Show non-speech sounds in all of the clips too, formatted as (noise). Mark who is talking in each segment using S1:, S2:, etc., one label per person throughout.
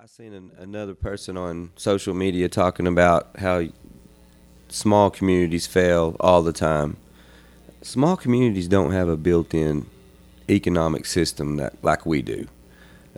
S1: I seen an, another person on social media talking about how small communities fail all the time. Small communities don't have a built-in economic system that like we do.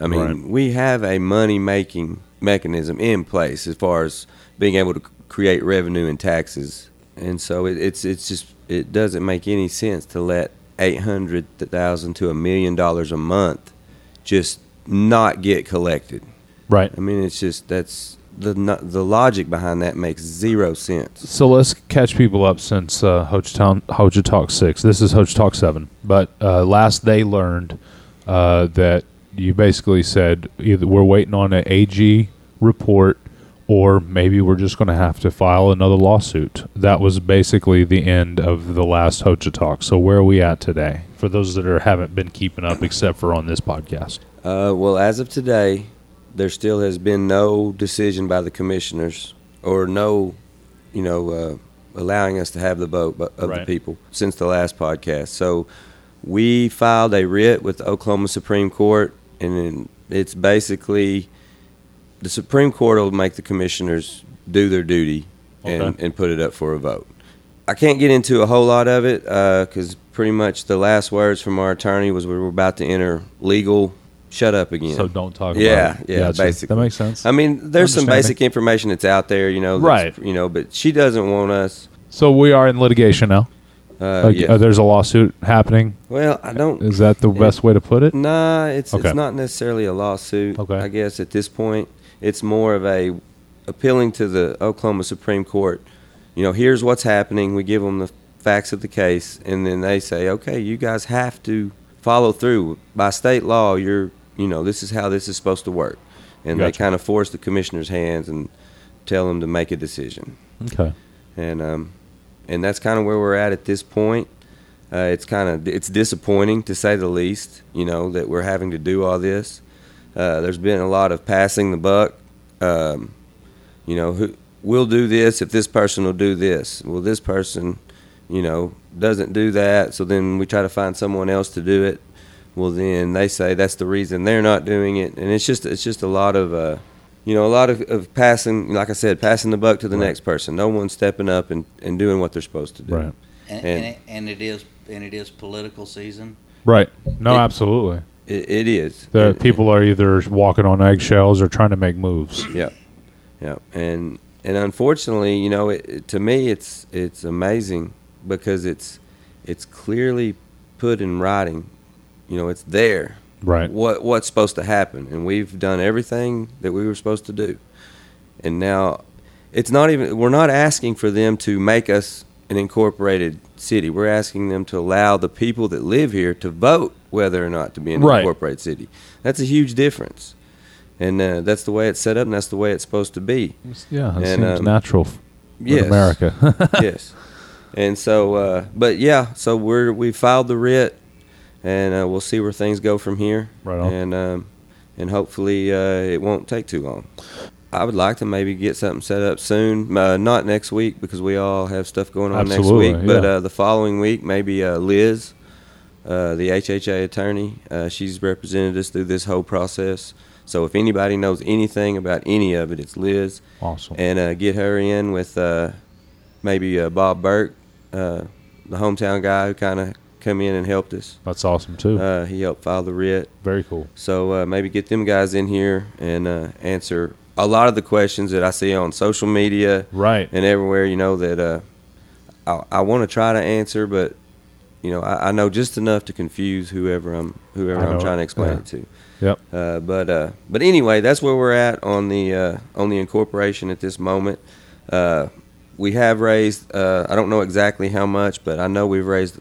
S1: I mean,
S2: Right.
S1: we have a money-making mechanism in place as far as being able to c- create revenue and taxes, and so it, it's it's just it doesn't make any sense to let eight hundred thousand to a million dollars a month just not get collected.
S2: Right.
S1: I mean, it's just that's the no- the logic behind that makes zero sense.
S2: So let's catch people up since uh, Hoach Town- Hoja Talk 6. This is Hoja Talk 7. But uh, last they learned uh, that you basically said either we're waiting on an AG report or maybe we're just going to have to file another lawsuit. That was basically the end of the last Hoja Talk. So where are we at today for those that are, haven't been keeping up except for on this podcast?
S1: Uh, well, as of today, there still has been no decision by the commissioners or no, you know, uh, allowing us to have the vote bu- of the
S2: Right.
S1: people since the last podcast. So we filed a writ with the Oklahoma Supreme Court, and then it's basically the Supreme Court will make the commissioners do their duty and,
S2: Okay.
S1: and put it up for a vote. I can't get into a whole lot of it because pretty much the last words from our attorney was we were about to enter legal shut up again.
S2: So don't talk
S1: Yeah,
S2: about it.
S1: yeah,
S2: Gotcha.
S1: basically.
S2: That makes sense.
S1: I mean, there's some
S2: Understanding.
S1: basic information that's out there, you know. that's-
S2: Right.
S1: You know, but she doesn't want us.
S2: so we are in litigation now.
S1: Uh,
S2: Like,
S1: yeah.
S2: uh, there's a lawsuit happening.
S1: well, I don't.
S2: Is that the best way to put it?
S1: Nah, it's
S2: Okay.
S1: it's not necessarily a lawsuit.
S2: Okay.
S1: I guess at this point, it's more of a appealing to the Oklahoma Supreme Court. You know, here's what's happening. We give them the facts of the case, and then they say, okay, you guys have to follow through by state law. You're, you know, this is how this is supposed to work, and they
S2: Gotcha.
S1: kind of force the commissioner's hands and tell them to make a decision
S2: Okay.
S1: and um, and that's kind of where we're at at this point. Uh, it's kind of it's disappointing to say the least, you know, that we're having to do all this. Uh, there's been a lot of passing the buck. Um, you know, who, we'll do this if this person will do this. Well, this person, you know, doesn't do that, so then we try to find someone else to do it. Well, then they say that's the reason they're not doing it, and it's just it's just a lot of. Uh, you know, a lot of, of passing, like I said, passing the buck to the
S2: Right.
S1: next person. No one's stepping up and, and doing what they're supposed to do.
S2: Right.
S1: And-
S3: And, and, it, and it is and it is political season.
S2: Right. No,
S1: It-
S2: absolutely.
S1: It, it is.
S2: The
S1: It-
S2: people are either walking on eggshells or trying to make moves.
S1: Yeah, yeah, and and unfortunately, you know, it, it- to me, it's it's amazing because it's it's clearly put in writing. You know, it's there.
S2: Right.
S1: What what's supposed to happen, and we've done everything that we were supposed to do, and now it's not even. We're not asking for them to make us an incorporated city. We're asking them to allow the people that live here to vote whether or not to be an
S2: Right.
S1: incorporated city. That's a huge difference and uh, that's the way it's set up, and that's the way it's supposed to be.
S2: Yeah, it
S1: And,
S2: seems
S1: um,
S2: natural f-
S1: yes.
S2: in (laughs) America.
S1: yes, and so, uh, but yeah, so we're we filed the writ, and uh, we'll see where things go from here.
S2: Right on.
S1: And um, and hopefully uh, it won't take too long. I would like to maybe get something set up soon. Uh, not next week because we all have stuff going on
S2: Absolutely,
S1: next week. But
S2: yeah.
S1: uh, the following week, maybe uh, Liz, uh, the HHA attorney, uh, she's represented us through this whole process. So if anybody knows anything about any of it, it's Liz
S2: awesome.
S1: and uh, get her in with uh, maybe uh, Bob Burke, uh, the hometown guy who kind of come in and helped us.
S2: That's awesome too.
S1: Uh, he helped file the writ,
S2: Very cool.
S1: so uh, maybe get them guys in here and uh, answer a lot of the questions that I see on social media
S2: Right.
S1: and everywhere. You know that uh, I, I want to try to answer, but you know I, I know just enough to confuse whoever I'm whoever
S2: I
S1: I'm
S2: know.
S1: trying to explain
S2: Yeah.
S1: it to.
S2: Yep.
S1: Uh, but uh, but anyway, that's where we're at on the uh, on the incorporation at this moment. Uh, we have raised uh, I don't know exactly how much, but I know we've raised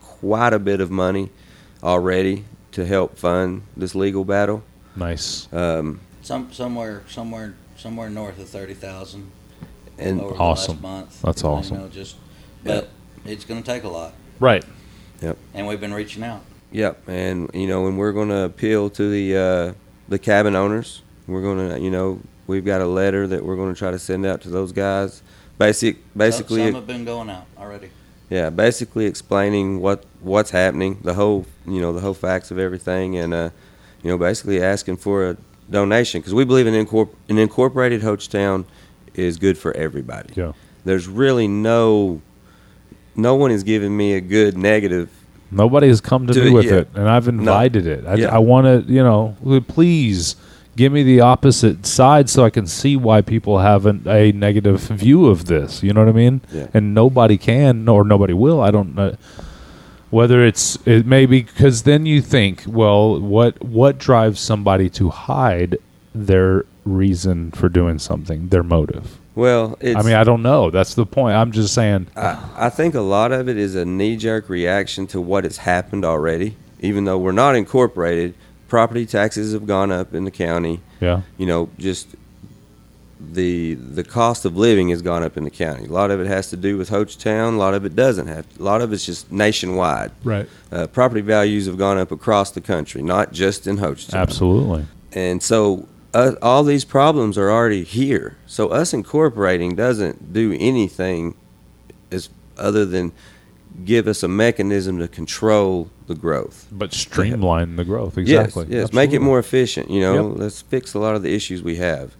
S1: quite a bit of money already to help fund this legal battle.
S2: Nice.
S1: Um,
S3: Some somewhere somewhere somewhere north of thirty thousand
S1: and
S3: over
S2: Awesome.
S3: the last month.
S2: That's
S3: You
S2: awesome.
S3: know, just but it's going to take a lot,
S2: Right.
S3: and we've been reaching out.
S1: Yep, and you know, and we're going to appeal to the uh, the cabin owners. We're going to, you know, we've got a letter that we're going to try to send out to those guys. Basic, basically,
S3: some, some have been going out already.
S1: yeah, basically explaining what what's happening, the whole, you know, the whole facts of everything, and uh, you know, basically asking for a donation because we believe an, incorpor- an incorporated Hochtown is good for everybody.
S2: Yeah.
S1: There's really no, no one is giving me a good negative.
S2: Nobody has come to
S1: Do
S2: me
S1: it
S2: with
S1: yet.
S2: it, and I've invited it. I,
S1: Yeah.
S2: I want to, you know, please give me the opposite side so I can see why people have an, a negative view of this. You know what I mean?
S1: Yeah.
S2: And nobody can, or nobody will. I don't know whether it's it may be because then you think, well, what what drives somebody to hide their reason for doing something, their motive?
S1: Well, it's, Ah.
S2: I mean, I don't know. That's the point. I'm just saying.
S1: I, I think a lot of it is a knee jerk reaction to what has happened already. Even though we're not incorporated, property taxes have gone up in the county.
S2: yeah.
S1: You know, just the the cost of living has gone up in the county. A lot of it has to do with Hochtown. A lot of it doesn't have. A lot of it's just nationwide.
S2: Right.
S1: Uh, property values have gone up across the country, not just in Hochtown.
S2: Absolutely.
S1: And so uh, all these problems are already here. So us incorporating doesn't do anything as other than give us a mechanism to control the growth.
S2: But streamline the growth. Exactly.
S1: Yes, yes. Make it
S2: Absolutely.
S1: more efficient. You know,
S2: Yep.
S1: let's fix a lot of the issues we have.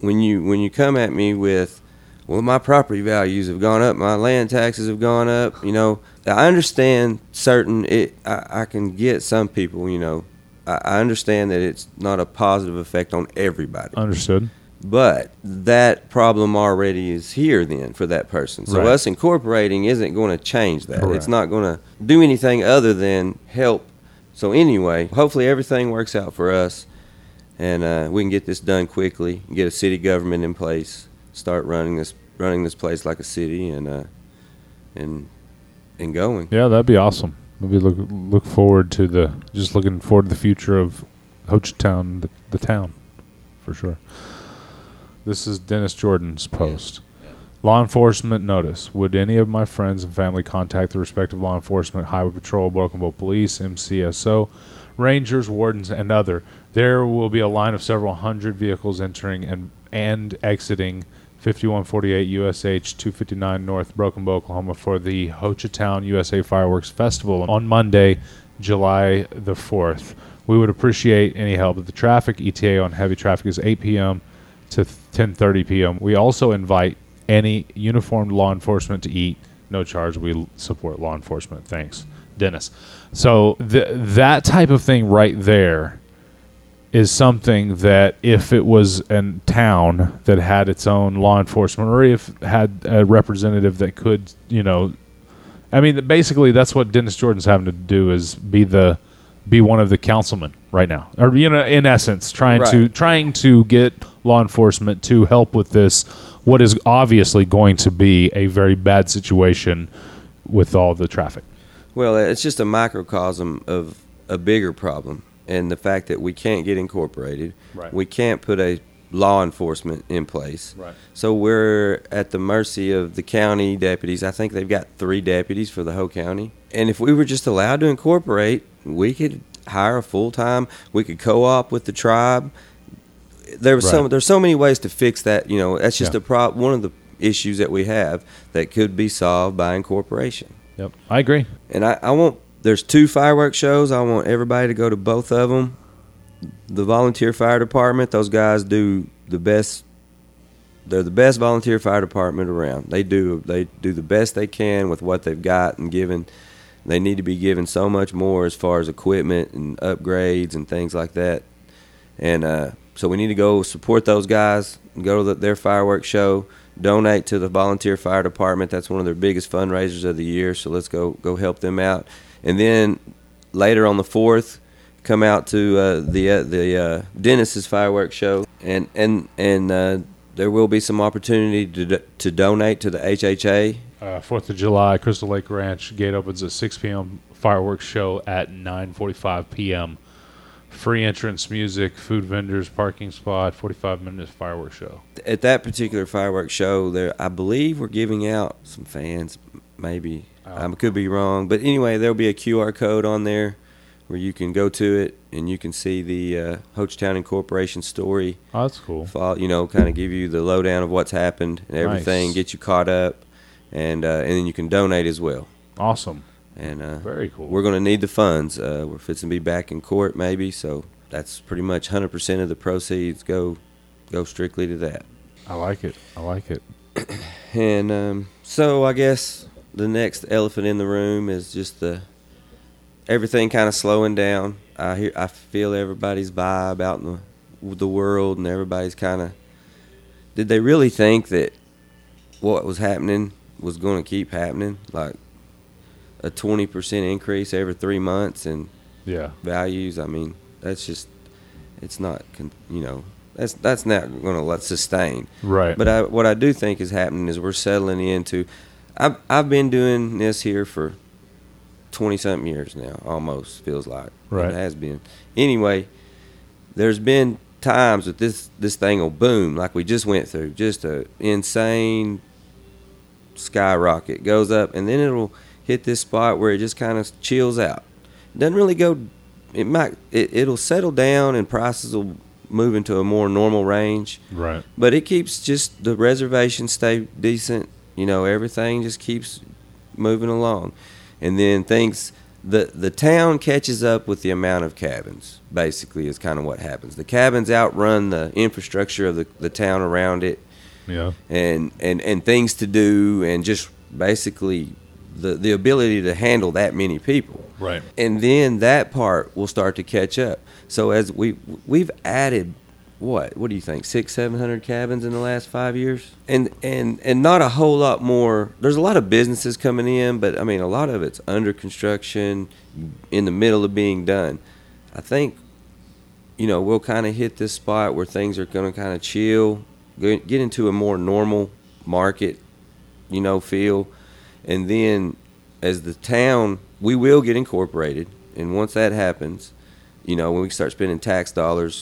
S1: When you when you come at me with, well, my property values have gone up, my land taxes have gone up. You know, I understand certain. It I, I can get some people. You know, I, I understand that it's not a positive effect on everybody.
S2: Understood.
S1: But that problem already is here then for that person. So
S2: Right.
S1: us incorporating isn't going to change that.
S2: Correct.
S1: It's not going to do anything other than help. So anyway, hopefully everything works out for us, and uh, we can get this done quickly. Get a city government in place. Start running this running this place like a city, and uh, and and going.
S2: Yeah, that'd be awesome. Maybe look look forward to the just looking forward to the future of Hochtown, the, the town, for sure. This is Dennis Jordan's post. Law enforcement notice. Would any of my friends and family contact the respective law enforcement, highway patrol, Brokenville police, MCSO, rangers, wardens, and other? There will be a line of several hundred vehicles entering and and exiting 5148 USH 259 North Brokenbow, Oklahoma for the Hochatown USA Fireworks Festival on Monday, July the 4th. We would appreciate any help with the traffic. ETA on heavy traffic is 8 p.m to 10:30 p.m. We also invite any uniformed law enforcement to eat. No charge. We l- support law enforcement. Thanks, Dennis. So th- that type of thing right there is something that if it was a town that had its own law enforcement or if had a representative that could, you know, I mean, basically that's what Dennis Jordan's having to do is be the be one of the councilmen right now, or you know, in essence, trying to
S1: Right.
S2: trying to get law enforcement to help with this. What is obviously going to be a very bad situation with all the traffic.
S1: Well, uh, it's just a microcosm of a bigger problem, and the fact that we can't get incorporated,
S2: Right.
S1: we can't put a law enforcement in place.
S2: Right.
S1: So we're at the mercy of the county deputies. I think they've got three deputies for the whole county. And if we were just allowed to incorporate, we could hire a full time. We could co-op with the tribe. There was so
S2: Right.
S1: there's so many ways to fix that. You know, that's just
S2: Yeah.
S1: a prop. One of the issues that we have that could be solved by incorporation.
S2: Yep, I agree.
S1: And I, I want there's two fireworks shows. I want everybody to go to both of them. The volunteer fire department; those guys do the best. They're the best volunteer fire department around. They do they do the best they can with what they've got and given. They need to be given so much more as far as equipment and upgrades and things like that. And uh, so we need to go support those guys. Go to the, their fireworks show. Donate to the volunteer fire department. That's one of their biggest fundraisers of the year. So let's go go help them out. And then later on the fourth, come out to uh, the uh, the uh, Dennis's fireworks show. And and and uh, there will be some opportunity to do- to donate to the HHA.
S2: Uh, Fourth of July, Crystal Lake Ranch. Gate opens at 6 p.m. Fireworks show at 9:45 p.m. Free entrance, music, food vendors, parking spot. 45 minutes fireworks show.
S1: At that particular fireworks show, there I believe we're giving out some fans, maybe
S2: Oh.
S1: Um, I could be wrong, but anyway, there'll be a QR code on there where you can go to it and you can see the uh, Hochtown Incorporation story.
S2: Oh, that's cool.
S1: Follow, you know, kind of give you the lowdown of what's happened and everything,
S2: Nice.
S1: get you caught up, and uh, and then you can donate as well.
S2: Awesome.
S1: And uh,
S2: Very cool.
S1: we're going to need the funds. Uh, we're fixing to be back in court maybe, so that's pretty much 100% of the proceeds go go strictly to that.
S2: I like it. I like it.
S1: And um, so I guess the next elephant in the room is just the everything kind of slowing down. I hear, I feel everybody's vibe out in the the world, and everybody's kind of. Did they really think that what was happening was going to keep happening? Like a twenty percent increase every three months in
S2: Yeah.
S1: values. I mean, that's just it's not con- you know that's that's not going to let sustain.
S2: Right.
S1: But I, what I do think is happening is we're settling into. I've I've been doing this here for twenty something years now, almost feels like.
S2: Right.
S1: It has been. Anyway, there's been times that this this thing will boom like we just went through, just a insane skyrocket goes up, and then it'll hit this spot where it just kind of chills out. Doesn't really go. It might. It, it'll settle down, and prices will move into a more normal range
S2: right.
S1: but it keeps just the reservations stay decent. You know, everything just keeps moving along, and then things the the town catches up with the amount of cabins. Basically, is kind of what happens. The cabins outrun the infrastructure of the, the town around it,
S2: Yeah.
S1: and and and things to do, and just basically the the ability to handle that many people
S2: Right.
S1: and then that part will start to catch up. So as we we've added what what do you think six seven hundred cabins in the last five years, and and and not a whole lot more. There's a lot of businesses coming in, but I mean a lot of it's under construction, in the middle of being done. I think, you know, we'll kind of hit this spot where things are going to kind of chill, get get into a more normal market, you know, feel, and then as the town, we will get incorporated. And once that happens, you know, when we start spending tax dollars,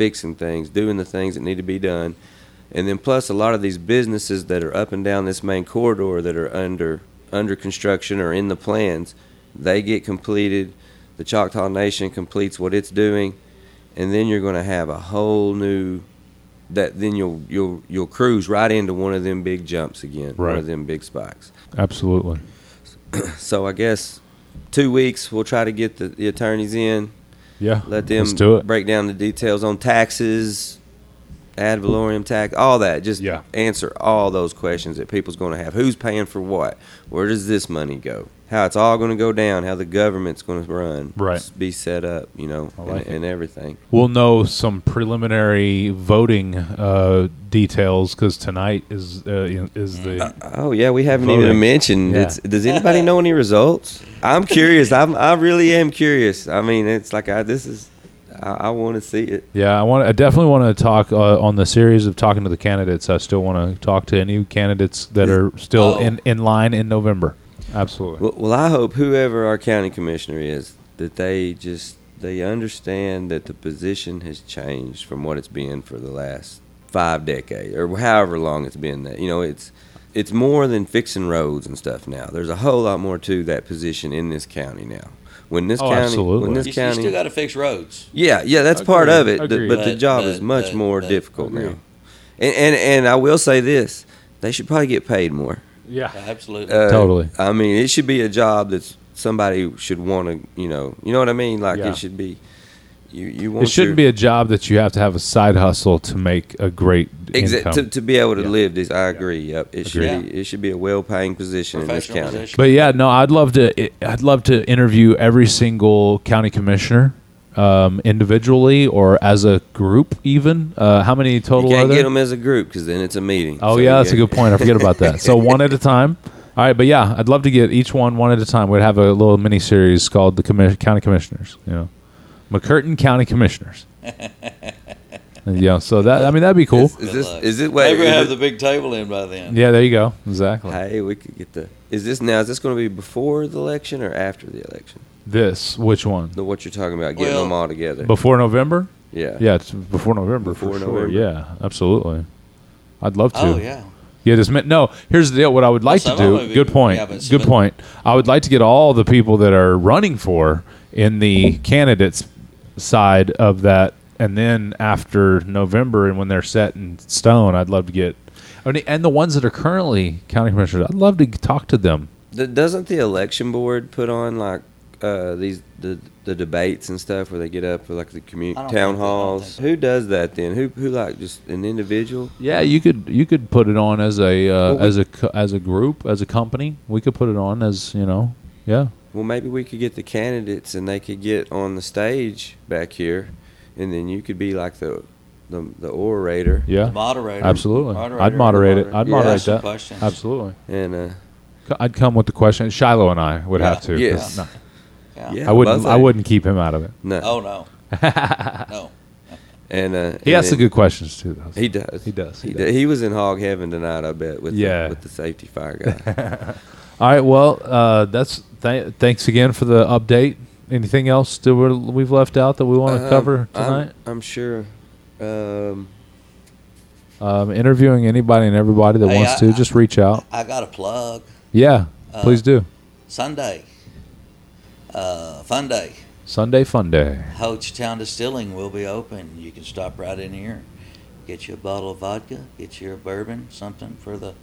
S1: fixing things, doing the things that need to be done, and then plus a lot of these businesses that are up and down this main corridor that are under under construction or in the plans, they get completed. The Choctaw Nation completes what it's doing, and then you're going to have a whole new that then you'll you'll you'll cruise right into one of them big jumps again, one
S2: Right.
S1: of them big spikes.
S2: Absolutely.
S1: So I guess two weeks we'll try to get the, the attorneys in,
S2: Yeah.
S1: let them
S2: Let's do it.
S1: break down the details on taxes, ad valorem tax, all that. Just
S2: Yeah.
S1: answer all those questions that people's going to have. Who's paying for what? Where does this money go? How it's all going to go down? How the government's going to run?
S2: Right.
S1: s- Be set up, you know,
S2: I like
S1: and, and everything.
S2: We'll know some preliminary voting uh, details because tonight is uh, you know, is the
S1: Oh yeah, we haven't
S2: Voting.
S1: even mentioned.
S2: Yeah.
S1: It's, does anybody know any results? I'm curious. I'm I really am curious. I mean, it's like I this is. I, I want to see it.
S2: yeah. I want I definitely want to talk uh, on the series of talking to the candidates. I still want to talk to any candidates that are still
S3: Oh.
S2: in, in line in November. Absolutely.
S1: Well, well, I hope whoever our county commissioner is that they just they understand that the position has changed from what it's been for the last five decades or however long it's been that you know it's it's more than fixing roads and stuff now. There's a whole lot more to that position in this county now. When this
S2: Oh,
S1: county,
S2: absolutely.
S1: when
S3: You,
S1: this
S3: you
S1: county,
S3: still got to fix roads.
S1: Yeah, yeah, that's part
S2: Agreed,
S1: of it. th-
S2: agreed.
S1: but the
S3: But-
S1: job
S3: but-
S1: is much
S3: but-
S1: more
S3: but-
S1: difficult
S2: Agreed.
S1: now. And, and and I will say this: they should probably get paid more.
S2: yeah.
S3: Absolutely.
S1: Uh,
S2: Totally.
S1: I mean, it should be a job that's somebody should want to. You know, you know what I mean. Like
S2: Yeah.
S1: it should be. You you want
S2: It shouldn't be a job that you have to have a side hustle to make a great income.
S1: Exa- to, to be able to
S2: Yeah.
S1: live this, I agree. Yep, it should
S3: Agreed.
S1: be, it should be a well paying position in this
S3: Professional
S1: county.
S3: position.
S2: But yeah, no, I'd love to. I'd love to interview every single county commissioner um, individually or as a group. Even uh, how many
S1: You
S2: total are
S1: can't
S2: there?
S1: get them as a group because then it's a meeting.
S2: oh
S1: So
S2: yeah,
S1: you
S2: that's a
S1: get-
S2: good point. I forget about
S1: (laughs)
S2: that. So one at a time. All right, but yeah, I'd love to get each one one at a time. We'd have a little mini series called the commis- county commissioners. You know, McCurtain County
S1: (laughs)
S2: Commissioners. And, yeah, so that I mean that'd be cool.
S1: Is, is
S3: Good
S1: this
S3: luck.
S1: is it? Wait,
S3: Maybe we
S1: is
S3: have
S1: it-
S3: the big table in by then.
S2: Yeah, there you go. Exactly.
S1: Hey, we could get the. Is this now? Is this going to be before the election or after the election?
S2: This which one?
S1: The what you're talking about, getting
S3: Well-
S1: them all together.
S2: Before November?
S1: yeah.
S2: Yeah, it's before November for
S1: Before
S2: sure.
S1: November.
S2: Yeah, absolutely. I'd love to.
S3: Oh yeah.
S2: Yeah, this meant no. Here's the deal. What I would like
S3: Well,
S2: to
S3: some of them
S2: do.
S3: would
S2: Good
S3: be-
S2: point.
S3: yeah, but some
S2: good
S3: of-
S2: point. I would like to get all the people that are running for in the candidates side of that, and then after November and when they're set in stone, I'd love to get. I mean, And the ones that are currently county commissioners, I'd love to talk to them.
S1: Th- doesn't the election board put on like uh, these the the debates and stuff where they get up for like the community
S3: I don't
S1: town
S3: think- I don't
S1: halls.
S3: think so.
S1: Who does that then? Who who like just an individual?
S2: Yeah, you could you could put it on as a uh,
S1: Well, we-
S2: as a co- as a group as a company. We could put it on as you know. Yeah,
S1: Well, maybe we could get the candidates and they could get on the stage back here, and then you could be like the the, the orator
S2: yeah,
S3: The moderator.
S2: absolutely.
S3: Moderator
S2: I'd
S3: and the
S2: moderate it.
S1: moderator.
S2: I'd
S1: Yeah.
S2: moderate
S3: Ask some
S2: that.
S3: questions.
S2: Absolutely.
S1: and uh,
S2: C- I'd come with the question. Shiloh and I would
S3: Yeah.
S2: have to. 'cause
S1: Yes.
S2: no,
S3: Yeah.
S1: yeah,
S2: I wouldn't.
S1: both
S2: I
S1: of-
S2: wouldn't keep him out of it.
S1: No,
S3: Oh
S2: (laughs)
S3: no. no.
S1: and uh,
S2: He
S1: and
S2: asks the
S1: then-
S2: good questions too. Though.
S1: He does.
S2: He does.
S1: He,
S2: He
S1: does.
S2: does.
S1: he was in hog heaven tonight. I bet with
S2: Yeah.
S1: the, with the safety
S2: (laughs)
S1: fire guy.
S2: All right. Well, uh, that's th- thanks again for the update. Anything else that we're, we've left out that we want to
S1: Um,
S2: cover
S1: I'm-
S2: tonight?
S1: I'm, sure. Um,
S2: um, interviewing anybody and everybody that
S3: Hey,
S2: wants
S3: I-
S1: uh,
S2: to,
S3: I-
S2: just reach out.
S3: I got a plug.
S2: Yeah,
S3: Uh,
S2: please do.
S3: Sunday. Uh, fun day.
S2: Sunday Fun Day.
S3: Hoachtown Distilling will be open. You can stop right in here. Get you a bottle of vodka, get you a bourbon, something for the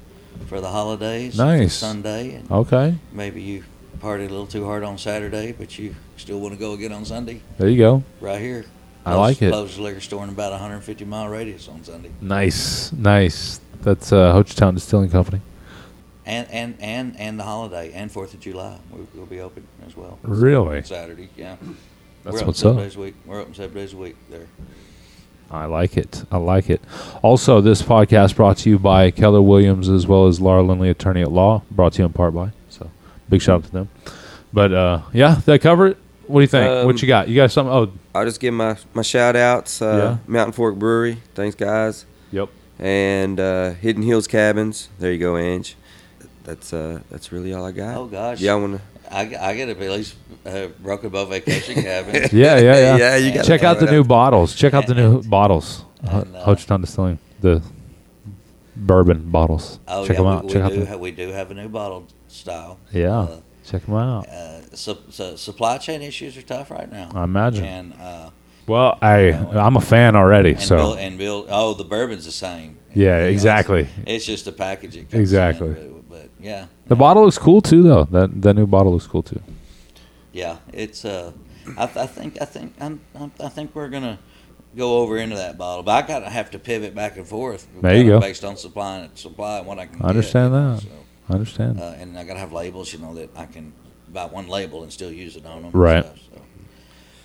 S3: for the holidays. for
S2: Nice.
S3: Sunday and
S2: Okay,
S3: maybe you partied a little too hard on Saturday, but you still want to go again on Sunday.
S2: there you go.
S3: Right here.
S2: I like it.
S3: Closed liquor store in about 150 mile radius on Sunday.
S2: Nice, nice. That's uh, Hochtown Distilling Company.
S3: And and and and the holiday and Fourth of July, we, we'll be open as well.
S2: Really?
S3: Saturday, yeah.
S2: That's
S3: We're open
S2: what's
S3: seven
S2: up.
S3: Days a week. We're open seven days a week there.
S2: I like it. I like it. Also, this podcast brought to you by Keller Williams as well as Laura Lindley, attorney at law. Brought to you in part by. So, big shout out to them. But uh, yeah, did I cover it? What do you think?
S1: Um,
S2: what you got? You got something? Oh,
S1: I'll just give my my shout outs. Uh, Mountain Fork Brewery. Thanks, guys.
S2: yep.
S1: and uh, Hidden Hills Cabins. There you go, Ange. That's uh, that's really all I got.
S3: Oh, gosh.
S1: Yeah, I want
S3: I, I got to at least uh, Broken
S2: (laughs)
S3: Bow Vacation
S1: (laughs)
S3: Cabin.
S2: Yeah, yeah, yeah.
S1: Yeah, you gotta
S2: Check out
S1: throw
S2: the
S1: it
S2: new
S1: up.
S2: bottles. Check out the new
S3: And-
S2: bottles. Ho-
S3: and, uh,
S2: Hochtown Distilling, the bourbon bottles.
S3: Oh
S2: Check
S3: yeah,
S2: them out.
S3: we,
S2: Check
S3: we
S2: out
S3: do
S2: the-
S3: ha- we do have a new bottle style.
S2: yeah.
S3: Uh,
S2: Check them out.
S3: uh, su- su- supply chain issues are tough right now.
S2: I imagine.
S3: And uh,
S2: Well, I I'm a fan already.
S3: and
S2: so
S3: Bill, and Bill, oh, the bourbon's the same.
S2: Yeah,
S3: You know, it's-
S2: exactly.
S3: It's, just the package. It comes
S2: Exactly.
S3: in, but, but, yeah,
S2: the bottle looks cool too, though. That that new bottle looks cool too.
S3: yeah, it's. Uh, I, th- I think I think I'm, I'm I think we're gonna go over into that bottle, but I gotta have to pivot back and forth.
S2: There you
S3: kinda
S2: go.
S3: Based on supply and supply and what I can.
S2: I understand
S3: get, you know,
S2: that.
S3: so.
S2: I understand.
S3: uh, and I gotta have labels, you know, that I can buy one label and still use it on them.
S2: Right.
S3: And stuff,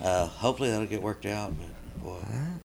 S3: so. uh, hopefully that'll get worked out. But boy.